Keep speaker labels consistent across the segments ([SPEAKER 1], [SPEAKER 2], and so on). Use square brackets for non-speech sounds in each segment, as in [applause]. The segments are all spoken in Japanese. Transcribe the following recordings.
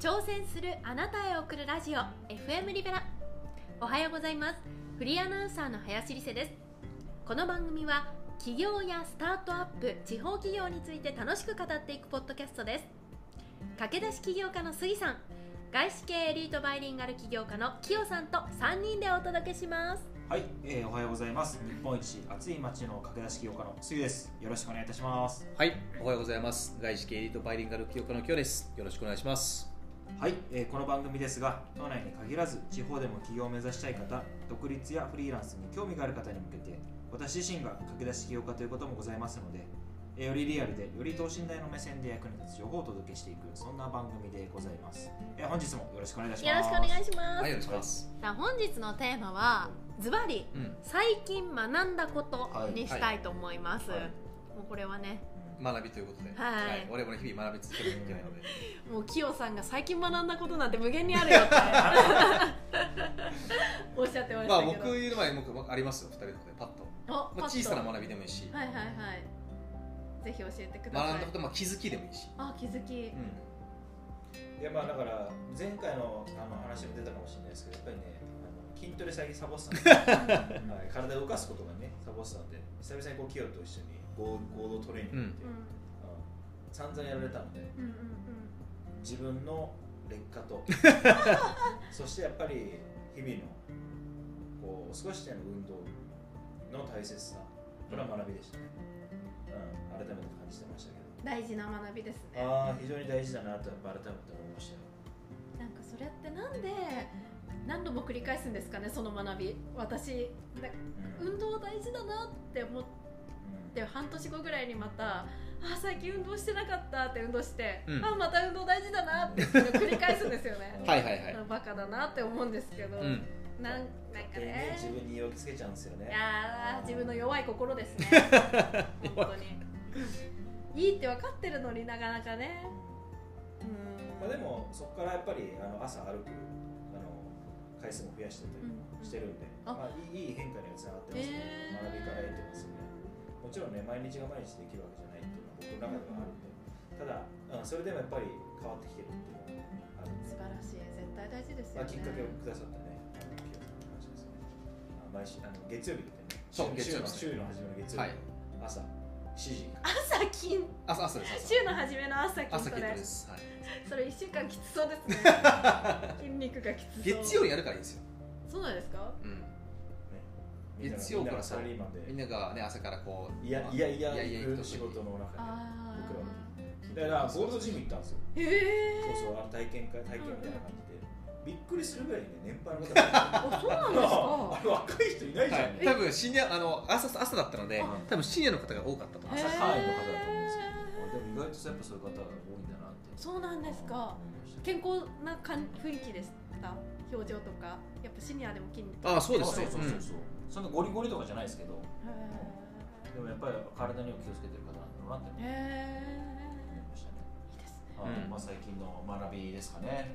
[SPEAKER 1] 挑戦するあなたへ送るラジオ FM リベラおはようございますフリーアナウンサーの林理瀬ですこの番組は企業やスタートアップ地方企業について楽しく語っていくポッドキャストです駆け出し起業家の杉さん外資系エリートバイリンガル起業家のキヨさんと3人でお届けします
[SPEAKER 2] はい、えー、おはようございます。日本一暑い町の駆け出し起業家の杉です。よろしくお願いいたします。
[SPEAKER 3] はい、おはようございます。外資系エリートバイリンガル企業家の今日です。よろしくお願いします。
[SPEAKER 2] はい、えー、この番組ですが、都内に限らず地方でも起業を目指したい方、独立やフリーランスに興味がある方に向けて、私自身が駆け出し起業家ということもございますので、えーよりリアルで、より等身大の目線で役に立つ情報をお届けしていく、そんな番組でございます。えー、本日もよろしくお願いいたし
[SPEAKER 1] よ
[SPEAKER 2] ま
[SPEAKER 1] ろ
[SPEAKER 2] す。
[SPEAKER 1] しくお願いします、
[SPEAKER 3] はい、よろしくお願いします。
[SPEAKER 1] さあ本日のテーマはズバリ
[SPEAKER 3] うん、
[SPEAKER 1] 最近学んだことにしたいと思います、
[SPEAKER 2] はいはい
[SPEAKER 1] もうこれはね
[SPEAKER 3] 学びということで、
[SPEAKER 1] はい
[SPEAKER 3] 我々日々学び続けなきゃいけないので、
[SPEAKER 1] もうキヨさんが最近学んだことなんて無限にあるよって
[SPEAKER 3] [laughs]
[SPEAKER 1] おっしゃってまし
[SPEAKER 3] まあ
[SPEAKER 1] たけ
[SPEAKER 3] 僕
[SPEAKER 1] ど、
[SPEAKER 3] 言う前に僕ありますよ、二人とかでパッと。
[SPEAKER 1] あ
[SPEAKER 3] まあ、小さな
[SPEAKER 1] は
[SPEAKER 3] 学びでもいいし、
[SPEAKER 1] いはいはいぜひ教えてください
[SPEAKER 3] 学んだこと、まあ、気づきでもいいし。
[SPEAKER 1] あ気づ
[SPEAKER 3] [laughs]
[SPEAKER 1] き
[SPEAKER 3] う
[SPEAKER 2] いやまあだから前回のあの話も出たかもしれないですけどやっぱりねあの筋トレ最近サボってたんで、はい、体を動かすことがねサボってたんで久々にこうキヨと一緒に合合同トレーニング行って、
[SPEAKER 1] うん
[SPEAKER 2] あの散々やられたので
[SPEAKER 1] うんうんうん
[SPEAKER 2] 自分の劣化とそしてやっぱり日々のこう少しでも運動の大切さこれは学びでしたね、うん、改めて感じてましたけど
[SPEAKER 1] 大事な学びですね
[SPEAKER 2] ああ非常に大事だなとやっぱ改めて思いましたよ
[SPEAKER 1] なんかそれってなんで何度も繰り返すんですかねその学び私な
[SPEAKER 2] うん
[SPEAKER 1] 運動大事だなって思って半年後ぐらいにまたあ最近運動してなかったって運動して、
[SPEAKER 3] うん
[SPEAKER 1] あまた運動大事だなって繰り返すんですよね
[SPEAKER 3] [laughs] ん、はいはいはい。
[SPEAKER 1] バカだなって思うんですけど、
[SPEAKER 3] うん、
[SPEAKER 1] なんなんかね
[SPEAKER 2] 自分に言い訳つけちゃうんですよね
[SPEAKER 1] いやー自分の弱い心ですね
[SPEAKER 3] [laughs]
[SPEAKER 1] 本当にいいって分かってるのになかなかねうん
[SPEAKER 2] まあ、でもそこからやっぱりあの朝歩くあの回数も増やしてた
[SPEAKER 1] うん
[SPEAKER 2] りしてるんで、
[SPEAKER 1] あ
[SPEAKER 2] まあ、いいいい変化にはつながってますね、
[SPEAKER 1] へー
[SPEAKER 2] 学びから得てますねもちろんね毎日が毎日できるわけじゃないっていうのは僕の中ではあるんで、ただ、うん、それでもやっぱり変わってきてるっていうのはあるんで、
[SPEAKER 1] 素晴らしい絶対大事ですよ
[SPEAKER 2] まあ、
[SPEAKER 1] ね
[SPEAKER 2] きっかけをくださったねあのピオさんの話ですねあ毎週あの月曜日ってね
[SPEAKER 3] そう
[SPEAKER 2] 週の週
[SPEAKER 3] 月
[SPEAKER 2] の初めの月曜日、
[SPEAKER 3] はい
[SPEAKER 2] 朝7時から
[SPEAKER 1] 朝筋
[SPEAKER 3] 朝朝です。
[SPEAKER 1] 週の初めの朝筋
[SPEAKER 3] 朝朝
[SPEAKER 1] ト
[SPEAKER 3] キッ
[SPEAKER 1] レ
[SPEAKER 3] トです。はい。
[SPEAKER 1] それ一週間きつそうです
[SPEAKER 3] [laughs]
[SPEAKER 1] ね筋肉がきつそう
[SPEAKER 3] 月曜やるからいいですよ。
[SPEAKER 1] そうなんですか
[SPEAKER 3] うん。
[SPEAKER 2] みんなが
[SPEAKER 3] 月曜か
[SPEAKER 2] みん
[SPEAKER 3] ら
[SPEAKER 2] ながサラリーマンで
[SPEAKER 3] みんながね朝からこう、
[SPEAKER 2] いやいやいや
[SPEAKER 3] いや
[SPEAKER 2] 行く
[SPEAKER 3] 行く
[SPEAKER 2] 仕事
[SPEAKER 3] の。
[SPEAKER 2] の中で
[SPEAKER 1] あ
[SPEAKER 2] 僕ら
[SPEAKER 1] あ
[SPEAKER 2] はだからゴールドジム行ったんですよ、
[SPEAKER 1] ええ
[SPEAKER 2] そうそうあの体験会体験みたいな感じで、びっくりするぐらいにね年配の方
[SPEAKER 1] ー、
[SPEAKER 2] が
[SPEAKER 1] あそうなんです
[SPEAKER 2] あ
[SPEAKER 1] か
[SPEAKER 2] れ若い人いないじゃん、
[SPEAKER 3] はい、多分深夜あの朝朝だったので
[SPEAKER 1] あ、
[SPEAKER 3] 多分深夜の方が多かったと思います。
[SPEAKER 2] [laughs] 朝会員の方だと思うんですけど、でも意外とやっぱそういう方が多いんだなって
[SPEAKER 1] そうなんですか
[SPEAKER 2] 思いました
[SPEAKER 1] 健康な感雰囲気でした表情とかやっぱシニアでも筋肉
[SPEAKER 3] ああ、そう
[SPEAKER 2] あ
[SPEAKER 3] です
[SPEAKER 2] そう
[SPEAKER 3] ね。
[SPEAKER 2] そうそうそう、そんなゴリゴリとかじゃないですけど
[SPEAKER 1] へ
[SPEAKER 2] でもやっぱり体には気をつけてる方なんだなって
[SPEAKER 1] え
[SPEAKER 2] 思いましたね、
[SPEAKER 1] いいですね
[SPEAKER 2] はい
[SPEAKER 3] うん
[SPEAKER 2] まあ、最近の学びですかね、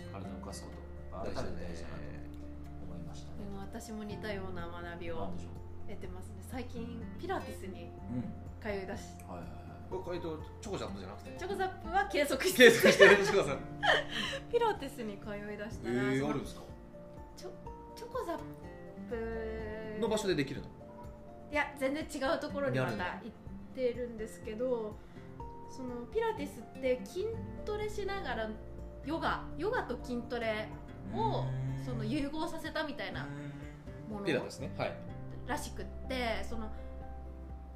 [SPEAKER 2] うん、体を動かすこと
[SPEAKER 3] う
[SPEAKER 2] 改
[SPEAKER 3] ん。大事だ
[SPEAKER 2] めて大事だな
[SPEAKER 3] ね。
[SPEAKER 2] と思いました
[SPEAKER 1] で
[SPEAKER 2] ね
[SPEAKER 1] も私も似たような学び
[SPEAKER 2] な
[SPEAKER 1] を
[SPEAKER 2] んでしょ
[SPEAKER 1] 得てますね最近ピラティスに
[SPEAKER 2] ううん
[SPEAKER 1] 通いだし
[SPEAKER 2] はいはいはい
[SPEAKER 3] これ、えっと、チョコちゃんとじゃなくて。
[SPEAKER 1] チョコザップは継続して
[SPEAKER 3] 継続してる、チョコさん。
[SPEAKER 1] ピラティスに通いだし
[SPEAKER 3] え
[SPEAKER 1] たら、
[SPEAKER 3] え
[SPEAKER 1] そ
[SPEAKER 3] ー、
[SPEAKER 1] の
[SPEAKER 3] あるんですか。
[SPEAKER 1] チョコザップ
[SPEAKER 3] の場所でできるの。
[SPEAKER 1] いや全然違うところにま
[SPEAKER 3] やるん
[SPEAKER 1] た
[SPEAKER 3] だ
[SPEAKER 1] 行ってるんですけどそのピラティスって筋トレしながらヨガヨガと筋トレをその融合させたみたいなもの
[SPEAKER 3] ピラですね。はい。
[SPEAKER 1] らしくってその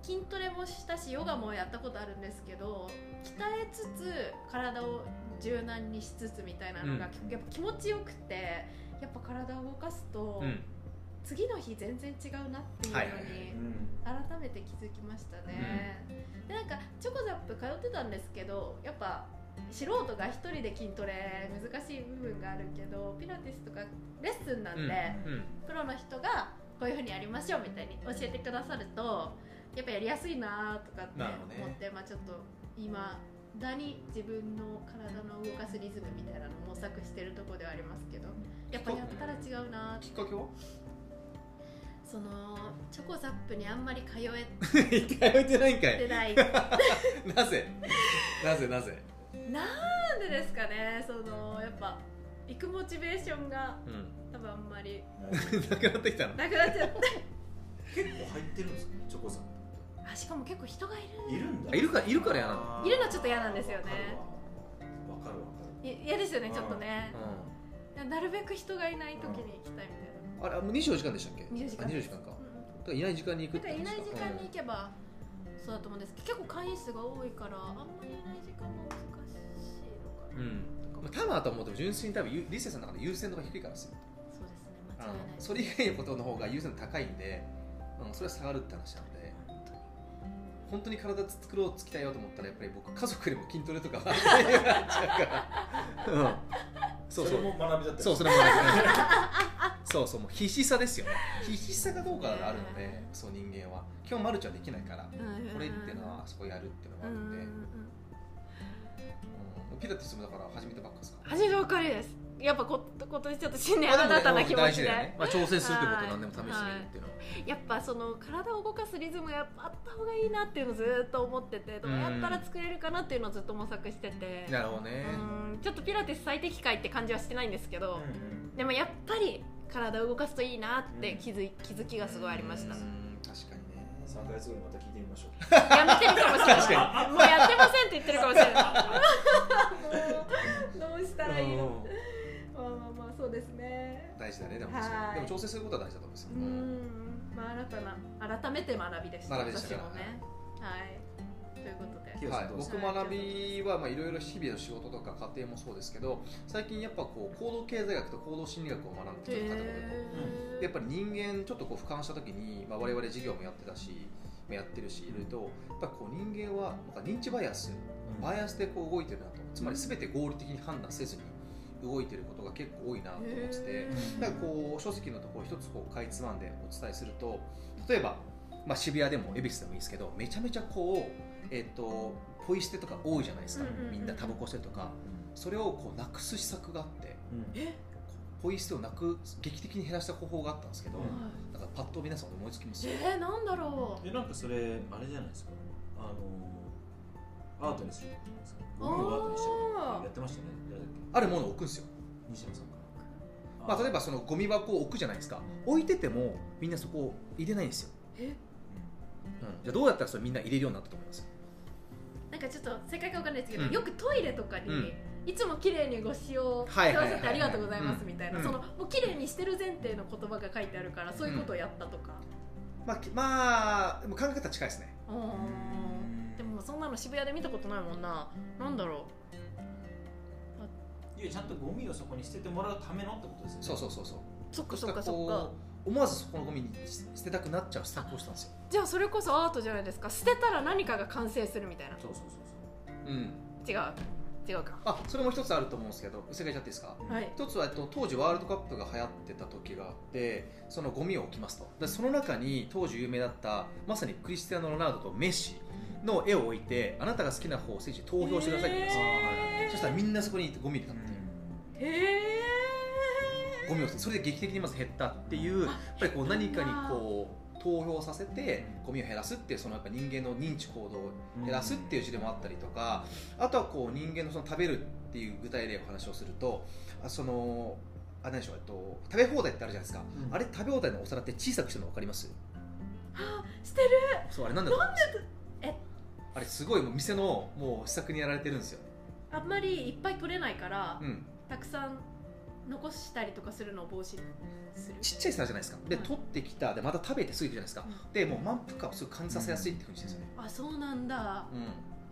[SPEAKER 1] 筋トレもしたしヨガもやったことあるんですけど鍛えつつ体を柔軟にしつつみたいなのが、
[SPEAKER 2] うん
[SPEAKER 1] やっぱ気持ちよくてやっぱ体を動かすと、
[SPEAKER 3] うん。
[SPEAKER 1] 次の日全然違うなっていうの
[SPEAKER 3] は
[SPEAKER 1] に
[SPEAKER 3] いはいはい
[SPEAKER 2] うん
[SPEAKER 1] 改めて気づきましたね、でなんかチョコザップ通ってたんですけどやっぱ素人が一人で筋トレ難しい部分があるけどピラティスとかレッスンなんで、
[SPEAKER 3] うん。うん。
[SPEAKER 1] プロの人がこういうふうにやりましょうみたいに教えてくださるとやっぱやりやすいなとかって
[SPEAKER 3] なるほどね
[SPEAKER 1] 思って、まあ、ちょっと今だに自分の体の動かすリズムみたいなのを模索してるとこではありますけどやっぱやったら違うな
[SPEAKER 3] きっかけは。
[SPEAKER 1] そのチョコザップにあんまり通え
[SPEAKER 3] 一 [laughs] 回置いてないんか
[SPEAKER 1] て
[SPEAKER 3] い。
[SPEAKER 1] ない
[SPEAKER 3] なぜ。なぜ、なぜ。
[SPEAKER 1] なんでなんでですかねそのやっぱ行くモチベーションが
[SPEAKER 3] うん
[SPEAKER 1] 多分あんまり
[SPEAKER 3] なくなってきたの
[SPEAKER 1] なくなっ
[SPEAKER 3] [laughs]
[SPEAKER 1] ちゃっ
[SPEAKER 2] 結構入ってるんですねチョコさん
[SPEAKER 1] たあしかも結構人がい
[SPEAKER 2] い
[SPEAKER 1] る
[SPEAKER 2] るんだ
[SPEAKER 3] あいるかいるから嫌なの
[SPEAKER 2] あー
[SPEAKER 1] いるのちょっと嫌なんですよね
[SPEAKER 2] わかるわわかるわ
[SPEAKER 1] い嫌ですよね
[SPEAKER 2] うん
[SPEAKER 1] ちょっとね
[SPEAKER 3] う
[SPEAKER 1] なるべく人がいない時に行きたいみたいな、
[SPEAKER 3] んあれあもう24時間でしたっけ
[SPEAKER 1] 24時間
[SPEAKER 3] あ24時間かだか
[SPEAKER 1] うん
[SPEAKER 3] らいない時間に行く
[SPEAKER 1] だ
[SPEAKER 3] っ
[SPEAKER 1] か
[SPEAKER 3] て
[SPEAKER 1] らい
[SPEAKER 3] 話
[SPEAKER 1] な
[SPEAKER 3] か
[SPEAKER 1] い時間に行けばそうだと思うんですけど結構会員数が多いからあんまりいない時間も難しいのか
[SPEAKER 3] う
[SPEAKER 1] な、
[SPEAKER 3] んまあ、多分あとはもうでも純粋に多分ゆリセさんの中で優先度が低いからですよ
[SPEAKER 1] そうですね
[SPEAKER 3] あ
[SPEAKER 1] 間
[SPEAKER 3] の
[SPEAKER 1] 違いない
[SPEAKER 3] それ以外のことの方が優先度高いんで、うん、それは下がるって話なんで
[SPEAKER 1] 本当に
[SPEAKER 3] 本当に体作ろうつきたいよと思ったらやっぱり僕家族でも筋トレとかはってなっちゃ
[SPEAKER 1] [laughs]
[SPEAKER 3] うから、うん、そうそう
[SPEAKER 2] れも学びだった
[SPEAKER 3] そう
[SPEAKER 2] よ
[SPEAKER 3] それもあるそうそうもう必死さですよね必死さがどうかがあるのでそう人間は基本マルチはできないからこれっていうのはそこやるっていうのがあ
[SPEAKER 1] う
[SPEAKER 3] る
[SPEAKER 1] んうんん
[SPEAKER 3] で、
[SPEAKER 1] う
[SPEAKER 3] うんんピラティスもだから始めたばっかですか
[SPEAKER 1] 初めてばっかりですやっぱこ今年ちょっと新年
[SPEAKER 3] まあでも
[SPEAKER 1] 新たな気持
[SPEAKER 3] 大
[SPEAKER 1] ち
[SPEAKER 3] 事
[SPEAKER 1] で
[SPEAKER 3] だよね、まあ、挑戦するってこと何でも試してみるっていうのは、
[SPEAKER 1] やっぱその体を動かすリズムがやっぱあった方がいいなっていうのをずーっと思っててどうやったら作れるかなっていうのをずっと模索してて
[SPEAKER 3] なるほどね、
[SPEAKER 1] うんちょっとピラティス最適解って感じはしてないんですけど、
[SPEAKER 2] うんうん
[SPEAKER 1] でもやっぱり体を動かすといいなって気づ,、気づきがすごいありました
[SPEAKER 3] うーん確かにね
[SPEAKER 2] 3ヶ月後にまた聞いてみましょう
[SPEAKER 1] やめてるかもしれないもうやってませんって言ってる [laughs] かもしれないもうどうしたらいいの
[SPEAKER 3] うん
[SPEAKER 1] まあまあまあそうですね
[SPEAKER 3] 大事だねでも確か
[SPEAKER 1] は
[SPEAKER 3] に
[SPEAKER 1] い
[SPEAKER 3] でも調整することは大事だと思うんですよ
[SPEAKER 1] う、んまあ新たな改めて学びでした
[SPEAKER 3] 学びでした
[SPEAKER 1] 私
[SPEAKER 3] から
[SPEAKER 1] もねはいということで
[SPEAKER 2] きよ
[SPEAKER 3] は
[SPEAKER 2] さ
[SPEAKER 3] い
[SPEAKER 2] んど、うです
[SPEAKER 3] 僕
[SPEAKER 2] か
[SPEAKER 3] 学びはまあいろいろ日々の仕事とか家庭もそうですけど最近やっぱこう行動経済学と行動心理学を学んできた方もいる
[SPEAKER 1] へー
[SPEAKER 3] やっぱり人間ちょっとこう俯瞰した時に、まあ、我々事業もやってたしまあやってるしいるとやっぱこう人間はなんか認知バイアスバイアスでこう動いてるなとつまり全て合理的に判断せずに動いてることが結構多いなと思ってて
[SPEAKER 1] へ
[SPEAKER 3] だからこう書籍のところを一つこうかいつまんでお伝えすると例えば、まあ、渋谷でも恵比寿でもいいですけどめちゃめちゃこう、えっとポイ捨てとか多いじゃないですか、
[SPEAKER 1] うんうんうん
[SPEAKER 3] みんなタバコ捨てとかそれをこうなくす施策があって
[SPEAKER 2] うん
[SPEAKER 1] え
[SPEAKER 3] ポイ捨てをなく劇的に減らした方法があったんですけど、
[SPEAKER 2] うん
[SPEAKER 3] なんかパッと皆さん思いつきますよ
[SPEAKER 1] えー、なんだろう
[SPEAKER 2] えなんかそれあれじゃないですかあのーアートにすることじゃないですかゴミをアートにしちゃうことやってましたね誰だっけ
[SPEAKER 3] あるものを置くんですよ、
[SPEAKER 2] 西野さんかな
[SPEAKER 3] まあ、例え
[SPEAKER 2] ば
[SPEAKER 3] ばそのゴミ箱を置くじゃないですか置いててもみんなそこを入れないんですよ、
[SPEAKER 1] え
[SPEAKER 3] うん、じゃあどうやったらそれみんな入れるようになったと思います
[SPEAKER 1] なんかちょっと正解かわかんないですけど、
[SPEAKER 3] うん
[SPEAKER 1] よくトイレとかに、
[SPEAKER 3] うん
[SPEAKER 1] いつも綺麗にご使用く
[SPEAKER 3] はい
[SPEAKER 1] だ
[SPEAKER 3] はい
[SPEAKER 1] さ
[SPEAKER 3] はいはい
[SPEAKER 1] ってありがとうございますみたいな、
[SPEAKER 3] うん
[SPEAKER 1] そのもう綺麗にしてる前提の言葉が書いてあるからそういうことをやったとか、
[SPEAKER 3] まあき、まあ、でも考え方近いですね
[SPEAKER 1] うんでもそんなの渋谷で見たことないもんななんだろ
[SPEAKER 2] いやちゃんとゴミをそこに捨ててもらうためのってことですよね
[SPEAKER 3] そうそうそうそう
[SPEAKER 1] うそっかそ
[SPEAKER 3] そした
[SPEAKER 1] っ
[SPEAKER 3] ら
[SPEAKER 1] かそっ
[SPEAKER 3] こ
[SPEAKER 1] か
[SPEAKER 3] う思わずそこのゴミに捨てたくなっちゃう施策をしたんですよ、
[SPEAKER 1] じゃあそれこそアートじゃないですか捨てたら何かが完成するみたいな
[SPEAKER 2] そうそうそう
[SPEAKER 3] うん、
[SPEAKER 1] 違う違うか
[SPEAKER 3] あそれも一つあると思うんですけど正解ちゃっていいですか
[SPEAKER 2] そう
[SPEAKER 1] はい
[SPEAKER 3] 一つは、えっと、当時ワールドカップが流行ってた時があってそのゴミを置きますとでその中に当時有名だったまさにクリスティアーノ・ロナウドとメッシの絵を置いてあなたが好きな方を選手に投票してくださいって言うんですよ、
[SPEAKER 1] へー
[SPEAKER 3] そしたらみんなそこにゴミ入れた
[SPEAKER 2] う
[SPEAKER 3] っ
[SPEAKER 2] ん
[SPEAKER 3] ていう、
[SPEAKER 1] へえ
[SPEAKER 3] ゴミを捨てそれで劇的にまず減ったっていうやっぱりこう何かにこう投票させてゴミを減らすっていうそのやっぱ人間の認知行動を減らすっていう事例もあったりとかあとはこう人間のその食べるっていう具体例を話をするとあそのあ何でしょう、えっと、食べ放題ってあるじゃないですか、
[SPEAKER 2] うん
[SPEAKER 3] あれ食べ放題のお皿って小さくしてるの分かります
[SPEAKER 1] あしてる
[SPEAKER 3] そうあれなんだと思います
[SPEAKER 1] え
[SPEAKER 3] あれすごいもう店のもう施策にやられてるんですよ、
[SPEAKER 1] あんまりいっぱい取れないから、
[SPEAKER 3] うん、
[SPEAKER 1] たくさん残したりとかするのを防止する
[SPEAKER 3] ちっちゃい皿じゃないですかで取ってきたでまた食べてすぐ行くじゃないですかでもう満腹感をすごい感じさせやすいって風にしてるんですよね、
[SPEAKER 1] あそうなんだ
[SPEAKER 3] うん、
[SPEAKER 1] へ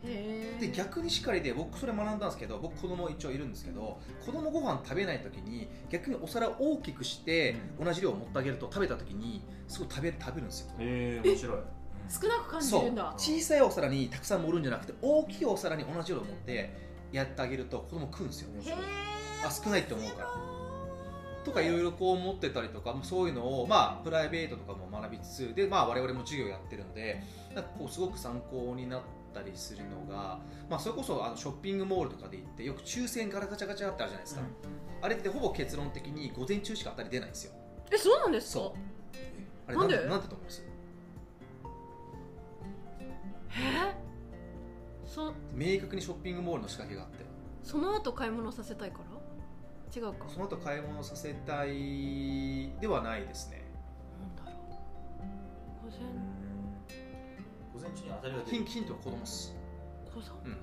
[SPEAKER 1] え
[SPEAKER 3] で逆にしかりで僕それ学んだんですけど僕子供一応いるんですけど子供ご飯食べない時に逆にお皿を大きくして同じ量を持ってあげると食べた時にすごい食べ食べるんですよ
[SPEAKER 2] えー面白い
[SPEAKER 1] 少なく感じ
[SPEAKER 3] そ
[SPEAKER 1] る
[SPEAKER 3] うん
[SPEAKER 1] だ
[SPEAKER 3] 小さいお皿にたくさん盛るんじゃなくて大きいお皿に同じ量を持ってやってあげると子供食うんですよ
[SPEAKER 2] 面
[SPEAKER 1] へ
[SPEAKER 2] 白い
[SPEAKER 1] え
[SPEAKER 3] あ少ないって思うからとかいろいろこう思ってたりとかまあそういうのをまあプライベートとかも学びつつでまあ我々も授業やってるのでなんかこうすごく参考になったりするのがまあそれこそあのショッピングモールとかで行ってよく抽選ガラガチャガチャってあるじゃないですか、あれってほぼ結論的に午前中しか当たり出ないんですよ
[SPEAKER 1] えそうなんですか
[SPEAKER 3] そあれ
[SPEAKER 1] なんで
[SPEAKER 3] なんなんてと思います
[SPEAKER 1] へえそ
[SPEAKER 3] 明確にショッピングモールの仕掛けがあって
[SPEAKER 1] その後買い物させたいから違うか
[SPEAKER 3] その後買い物させたいではないですね
[SPEAKER 1] なんだろう午前
[SPEAKER 2] 午前中に当たりが出
[SPEAKER 3] ヒン
[SPEAKER 2] る
[SPEAKER 3] ヒントは子供っす
[SPEAKER 1] 午前
[SPEAKER 3] うん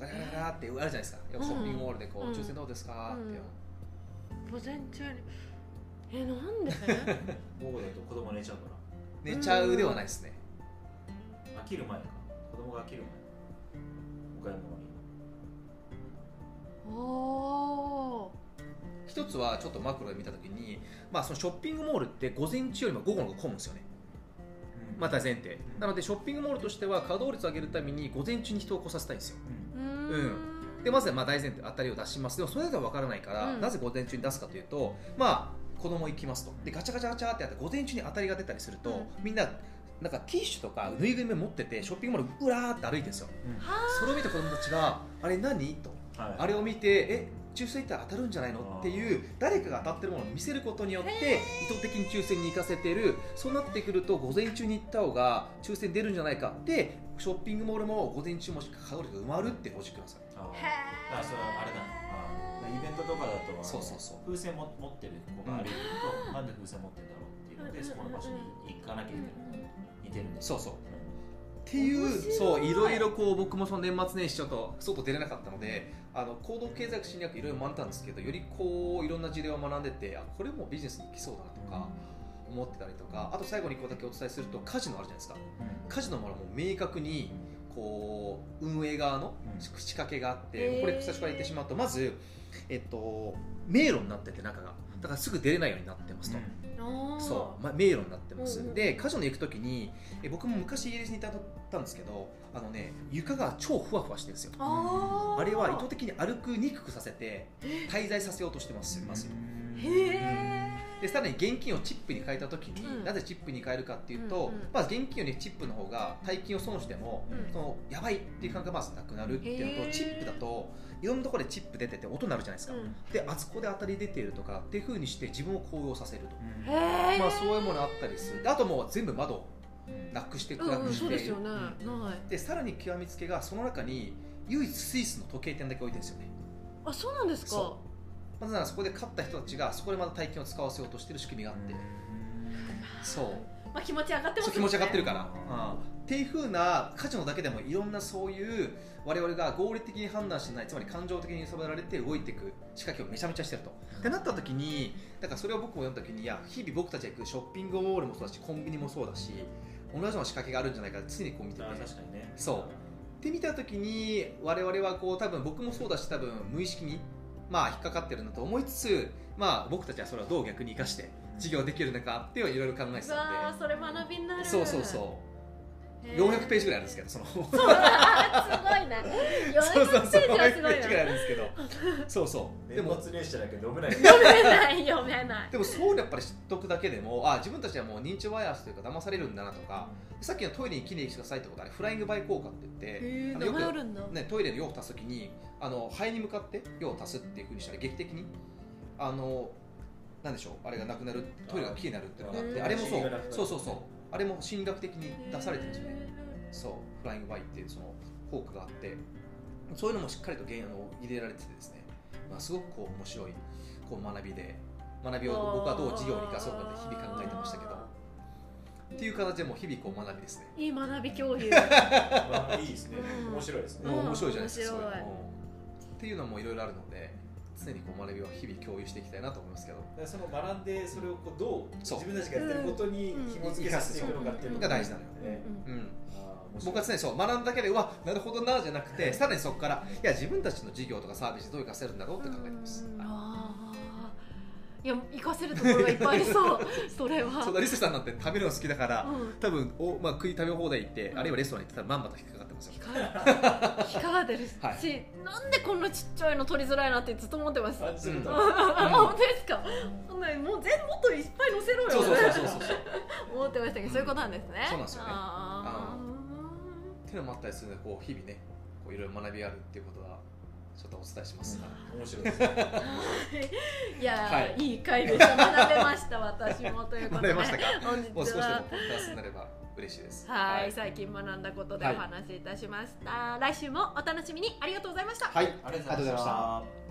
[SPEAKER 3] ガラガラガラってあるじゃないですかよくショッピングモールでこう、
[SPEAKER 1] うん
[SPEAKER 3] 抽選どうですかって、
[SPEAKER 1] うん午前中にえなん
[SPEAKER 3] [laughs]
[SPEAKER 1] で
[SPEAKER 2] 午後だと子供寝ちゃうか
[SPEAKER 3] 寝ちゃうではないですね、
[SPEAKER 2] ら飽きる前か子供が飽きる前お買い物に
[SPEAKER 1] おお
[SPEAKER 3] 一つはちょっとマクロで見たときに、まあ、そのショッピングモールって午前中よりも午後の方が混むんですよねまた前提なのでショッピングモールとしては稼働率を上げるために午前中に人を来させたいんですよ
[SPEAKER 2] うん
[SPEAKER 1] うーん
[SPEAKER 3] でまずはまあ大前提当たりを出しますでもそれだと分からないから、
[SPEAKER 1] うん
[SPEAKER 3] なぜ午前中に出すかというとまあ子供行きますとでガチャガチャガチャってやって午前中に当たりが出たりすると、
[SPEAKER 1] うん
[SPEAKER 3] みんななんかティッシュとかぬいぐるみを持っててショッピングモールうらーって歩いてるんですよ
[SPEAKER 1] は
[SPEAKER 3] それを見た子供たちがあれ何と
[SPEAKER 2] はい
[SPEAKER 3] あれを見てえ抽選行ったら当たるんじゃないのっていう誰かが当たってるものを見せることによって意図的に抽選に行かせてるそうなってくると午前中に行った方が抽選出るんじゃないかでショッピングモールも午前中もしか稼働率が埋まるっていうロジックなんですよ
[SPEAKER 2] あ
[SPEAKER 1] あ
[SPEAKER 2] ーだから
[SPEAKER 1] へ
[SPEAKER 2] それはあれだあーイベントとかだと
[SPEAKER 3] そうそうそう
[SPEAKER 2] 風船も持ってる子が歩いてると、なんで風船持ってるんだろうっていうの
[SPEAKER 1] う
[SPEAKER 2] で
[SPEAKER 1] ん
[SPEAKER 2] そこの場所に行かなきゃい
[SPEAKER 1] え
[SPEAKER 2] けない似てるんです
[SPEAKER 3] そうそうっていう
[SPEAKER 1] 面白い
[SPEAKER 3] そういろいろこう僕もその年末年始ちょっと外出れなかったのであの行動経済学侵略いろいろ学んだんですけどよりこういろんな事例を学んでてあこれもビジネスに来そうだなとか思ってたりとかあと最後に1個だけお伝えするとカジノあるじゃないですかカジノももう明確にこう運営側の
[SPEAKER 2] うん
[SPEAKER 3] 仕掛けがあって、
[SPEAKER 1] へー
[SPEAKER 3] これ最初から言ってしまうとまず、えっと、迷路になってて中がだからすぐ出れないようになってますと、そう、まあ、迷路になってます、
[SPEAKER 1] うんうん
[SPEAKER 3] でカジノ行く時にえ僕も昔イギリスにいたったんですけどあのね床が超ふわふわしてるんですよ
[SPEAKER 1] あー
[SPEAKER 3] あれは意図的に歩くにくくさせて滞在させようとしてますますよ
[SPEAKER 1] へえ
[SPEAKER 3] でさらに現金をチップに変えた時に、
[SPEAKER 1] うん
[SPEAKER 3] なぜチップに変えるかっていうと、
[SPEAKER 1] うんうん
[SPEAKER 3] まあ、現金よりチップの方が大金を損しても、
[SPEAKER 1] うん
[SPEAKER 3] そのやばいっていう感覚がまずなくなるっていうの
[SPEAKER 1] へ
[SPEAKER 3] と
[SPEAKER 1] ー
[SPEAKER 3] チップだといろんなところでチップ出てて音鳴るじゃないですか、
[SPEAKER 1] うん
[SPEAKER 3] であそこで当たり出てるとかっていうふうにして自分を高揚させると、
[SPEAKER 1] へえ
[SPEAKER 3] まあ、そういうものあったりするであともう全部窓をなくして
[SPEAKER 1] うん
[SPEAKER 3] 暗
[SPEAKER 1] う
[SPEAKER 3] く
[SPEAKER 1] ん
[SPEAKER 3] して、
[SPEAKER 1] そうですよねない
[SPEAKER 3] でさらに極みつけがその中に唯一スイスの時計店だけ置いてるんですよね
[SPEAKER 1] あそうなんですか
[SPEAKER 3] そまずならそこで勝った人たちがそこでまた大金を使わせようとしてる仕組みがあって、そう
[SPEAKER 1] まあ気持ち上がってます
[SPEAKER 3] そう
[SPEAKER 1] よね
[SPEAKER 3] 気持ち上がってるから、っていう風なカジノだけでもいろんなそういう我々が合理的に判断してないつまり感情的に揺さぶられて動いていく仕掛けをめちゃめちゃしてると。ってなった時にだからそれを僕も読んだ時にいや日々僕たちが行くショッピングモールもそうだしコンビニもそうだし同じような仕掛けがあるんじゃないかって常にこう見てて。
[SPEAKER 2] あー
[SPEAKER 3] っ
[SPEAKER 2] 確かにね
[SPEAKER 3] そうて見た時に我々はこう多分僕もそうだし多分無意識にまあ引っかかってるなと思いつつまあ僕たちはそれをどう逆に生かして事業できるのかっていうのをいろいろ考えて
[SPEAKER 1] うわ
[SPEAKER 3] た
[SPEAKER 1] あそれ学びにな
[SPEAKER 3] の
[SPEAKER 1] る
[SPEAKER 3] でそうそうそう
[SPEAKER 1] へえ
[SPEAKER 3] 400ページぐらいあるんですけどそのそう
[SPEAKER 1] うわーすごいな
[SPEAKER 3] そうそう
[SPEAKER 1] 400ページはすごい
[SPEAKER 3] 400ページぐらいあるんで
[SPEAKER 1] [laughs]
[SPEAKER 3] すけどそうそうで
[SPEAKER 2] 年
[SPEAKER 3] も
[SPEAKER 2] 末年始じゃなきゃ読めない [laughs]
[SPEAKER 1] な読めない読めない
[SPEAKER 3] でもそういうのやっぱり知っとくだけでもあ自分たちはもう認知バイアスというか騙されるんだなとかさっきのトイレにきれいにしてくださいってことあれフライングバイ効果って言って、
[SPEAKER 1] へえ
[SPEAKER 3] あの
[SPEAKER 1] 名
[SPEAKER 3] よく
[SPEAKER 1] 前あるんだ
[SPEAKER 3] ね、トイレの用を足すときにあの肺に向かって用を足すっていうふうにしたら劇的にあのなんでしょうあれがなくなるトイレがきれいになるっていうのがあって
[SPEAKER 1] あー
[SPEAKER 3] あれもそ
[SPEAKER 2] 心理学
[SPEAKER 3] うそうそうそうあれも心理学的に出されてるんですよね
[SPEAKER 1] へ
[SPEAKER 3] そうフライングバイっていうその効果があってそういうのもしっかりと原案を入れられててですね、まあ、すごくこう面白いこう学びで学び
[SPEAKER 1] え
[SPEAKER 3] を僕はどう授業に生かそうかって日々考えてましたけど
[SPEAKER 1] あ
[SPEAKER 3] っていう形でもう日々こう学びですね、
[SPEAKER 1] ーいい学び共
[SPEAKER 3] [laughs]
[SPEAKER 1] 有
[SPEAKER 2] まあいいですね
[SPEAKER 1] うん
[SPEAKER 2] 面白いです
[SPEAKER 1] う
[SPEAKER 2] ね
[SPEAKER 1] ん
[SPEAKER 3] もう面白いじゃないですか
[SPEAKER 1] 面白い
[SPEAKER 3] そういうのもっていうのもいろいろあるので常にこう学びは日々共有していきたいなと思いますけど
[SPEAKER 2] だからその学んでそれをこうどう自
[SPEAKER 3] そう
[SPEAKER 2] 分たちがやってることに紐付けさせていくのかっていうの
[SPEAKER 3] が大事なのよ、
[SPEAKER 2] ね
[SPEAKER 1] うん
[SPEAKER 3] うん、
[SPEAKER 2] あー面白い
[SPEAKER 3] 僕は常にそう学んだだけでうわなるほどなじゃなくてさらにそこからいや自分たちの事業とかサービスでどう生かせるんだろうって考えてます、はい
[SPEAKER 1] あーいや活かせるところがいっぱいありそう
[SPEAKER 3] [laughs]
[SPEAKER 1] それは
[SPEAKER 3] そうだリセさんなんて食べるの好きだから、
[SPEAKER 1] うん
[SPEAKER 3] 多分お、まあ、食い食べ放題行って、
[SPEAKER 1] うん
[SPEAKER 3] あるいはレストラン行ってたらまんまと引っかかってますよ
[SPEAKER 1] 光が出るし、
[SPEAKER 3] はい
[SPEAKER 1] なんでこんなちっちゃいの取りづらいなってずっと思ってます。
[SPEAKER 2] 感じると
[SPEAKER 3] う
[SPEAKER 1] あ、
[SPEAKER 3] ん
[SPEAKER 1] [laughs] 本当ですか。そんなもう全もっといっぱい載せろよ。
[SPEAKER 3] そうそうそうそうそうそう
[SPEAKER 1] 思ってましたけど、そういうことなんですね。
[SPEAKER 3] そうなんですよね
[SPEAKER 1] あ
[SPEAKER 3] っていうのもあったりするのでこう日々ねこういろいろ学びがあるっていうことはちょっとお伝えしますが、
[SPEAKER 2] 面白いですね
[SPEAKER 1] ーいや、
[SPEAKER 3] はい
[SPEAKER 1] い、い回でした。学べました、私もということ
[SPEAKER 3] 学
[SPEAKER 1] で。
[SPEAKER 3] べましたか
[SPEAKER 1] 本
[SPEAKER 3] もう
[SPEAKER 1] 日
[SPEAKER 3] 少しでも
[SPEAKER 1] は。
[SPEAKER 3] プラスになれば嬉しいです
[SPEAKER 1] はい、最近学んだことでお話しいたしました、来週もお楽しみにありがとうございました
[SPEAKER 3] はい
[SPEAKER 2] ありがとうございました。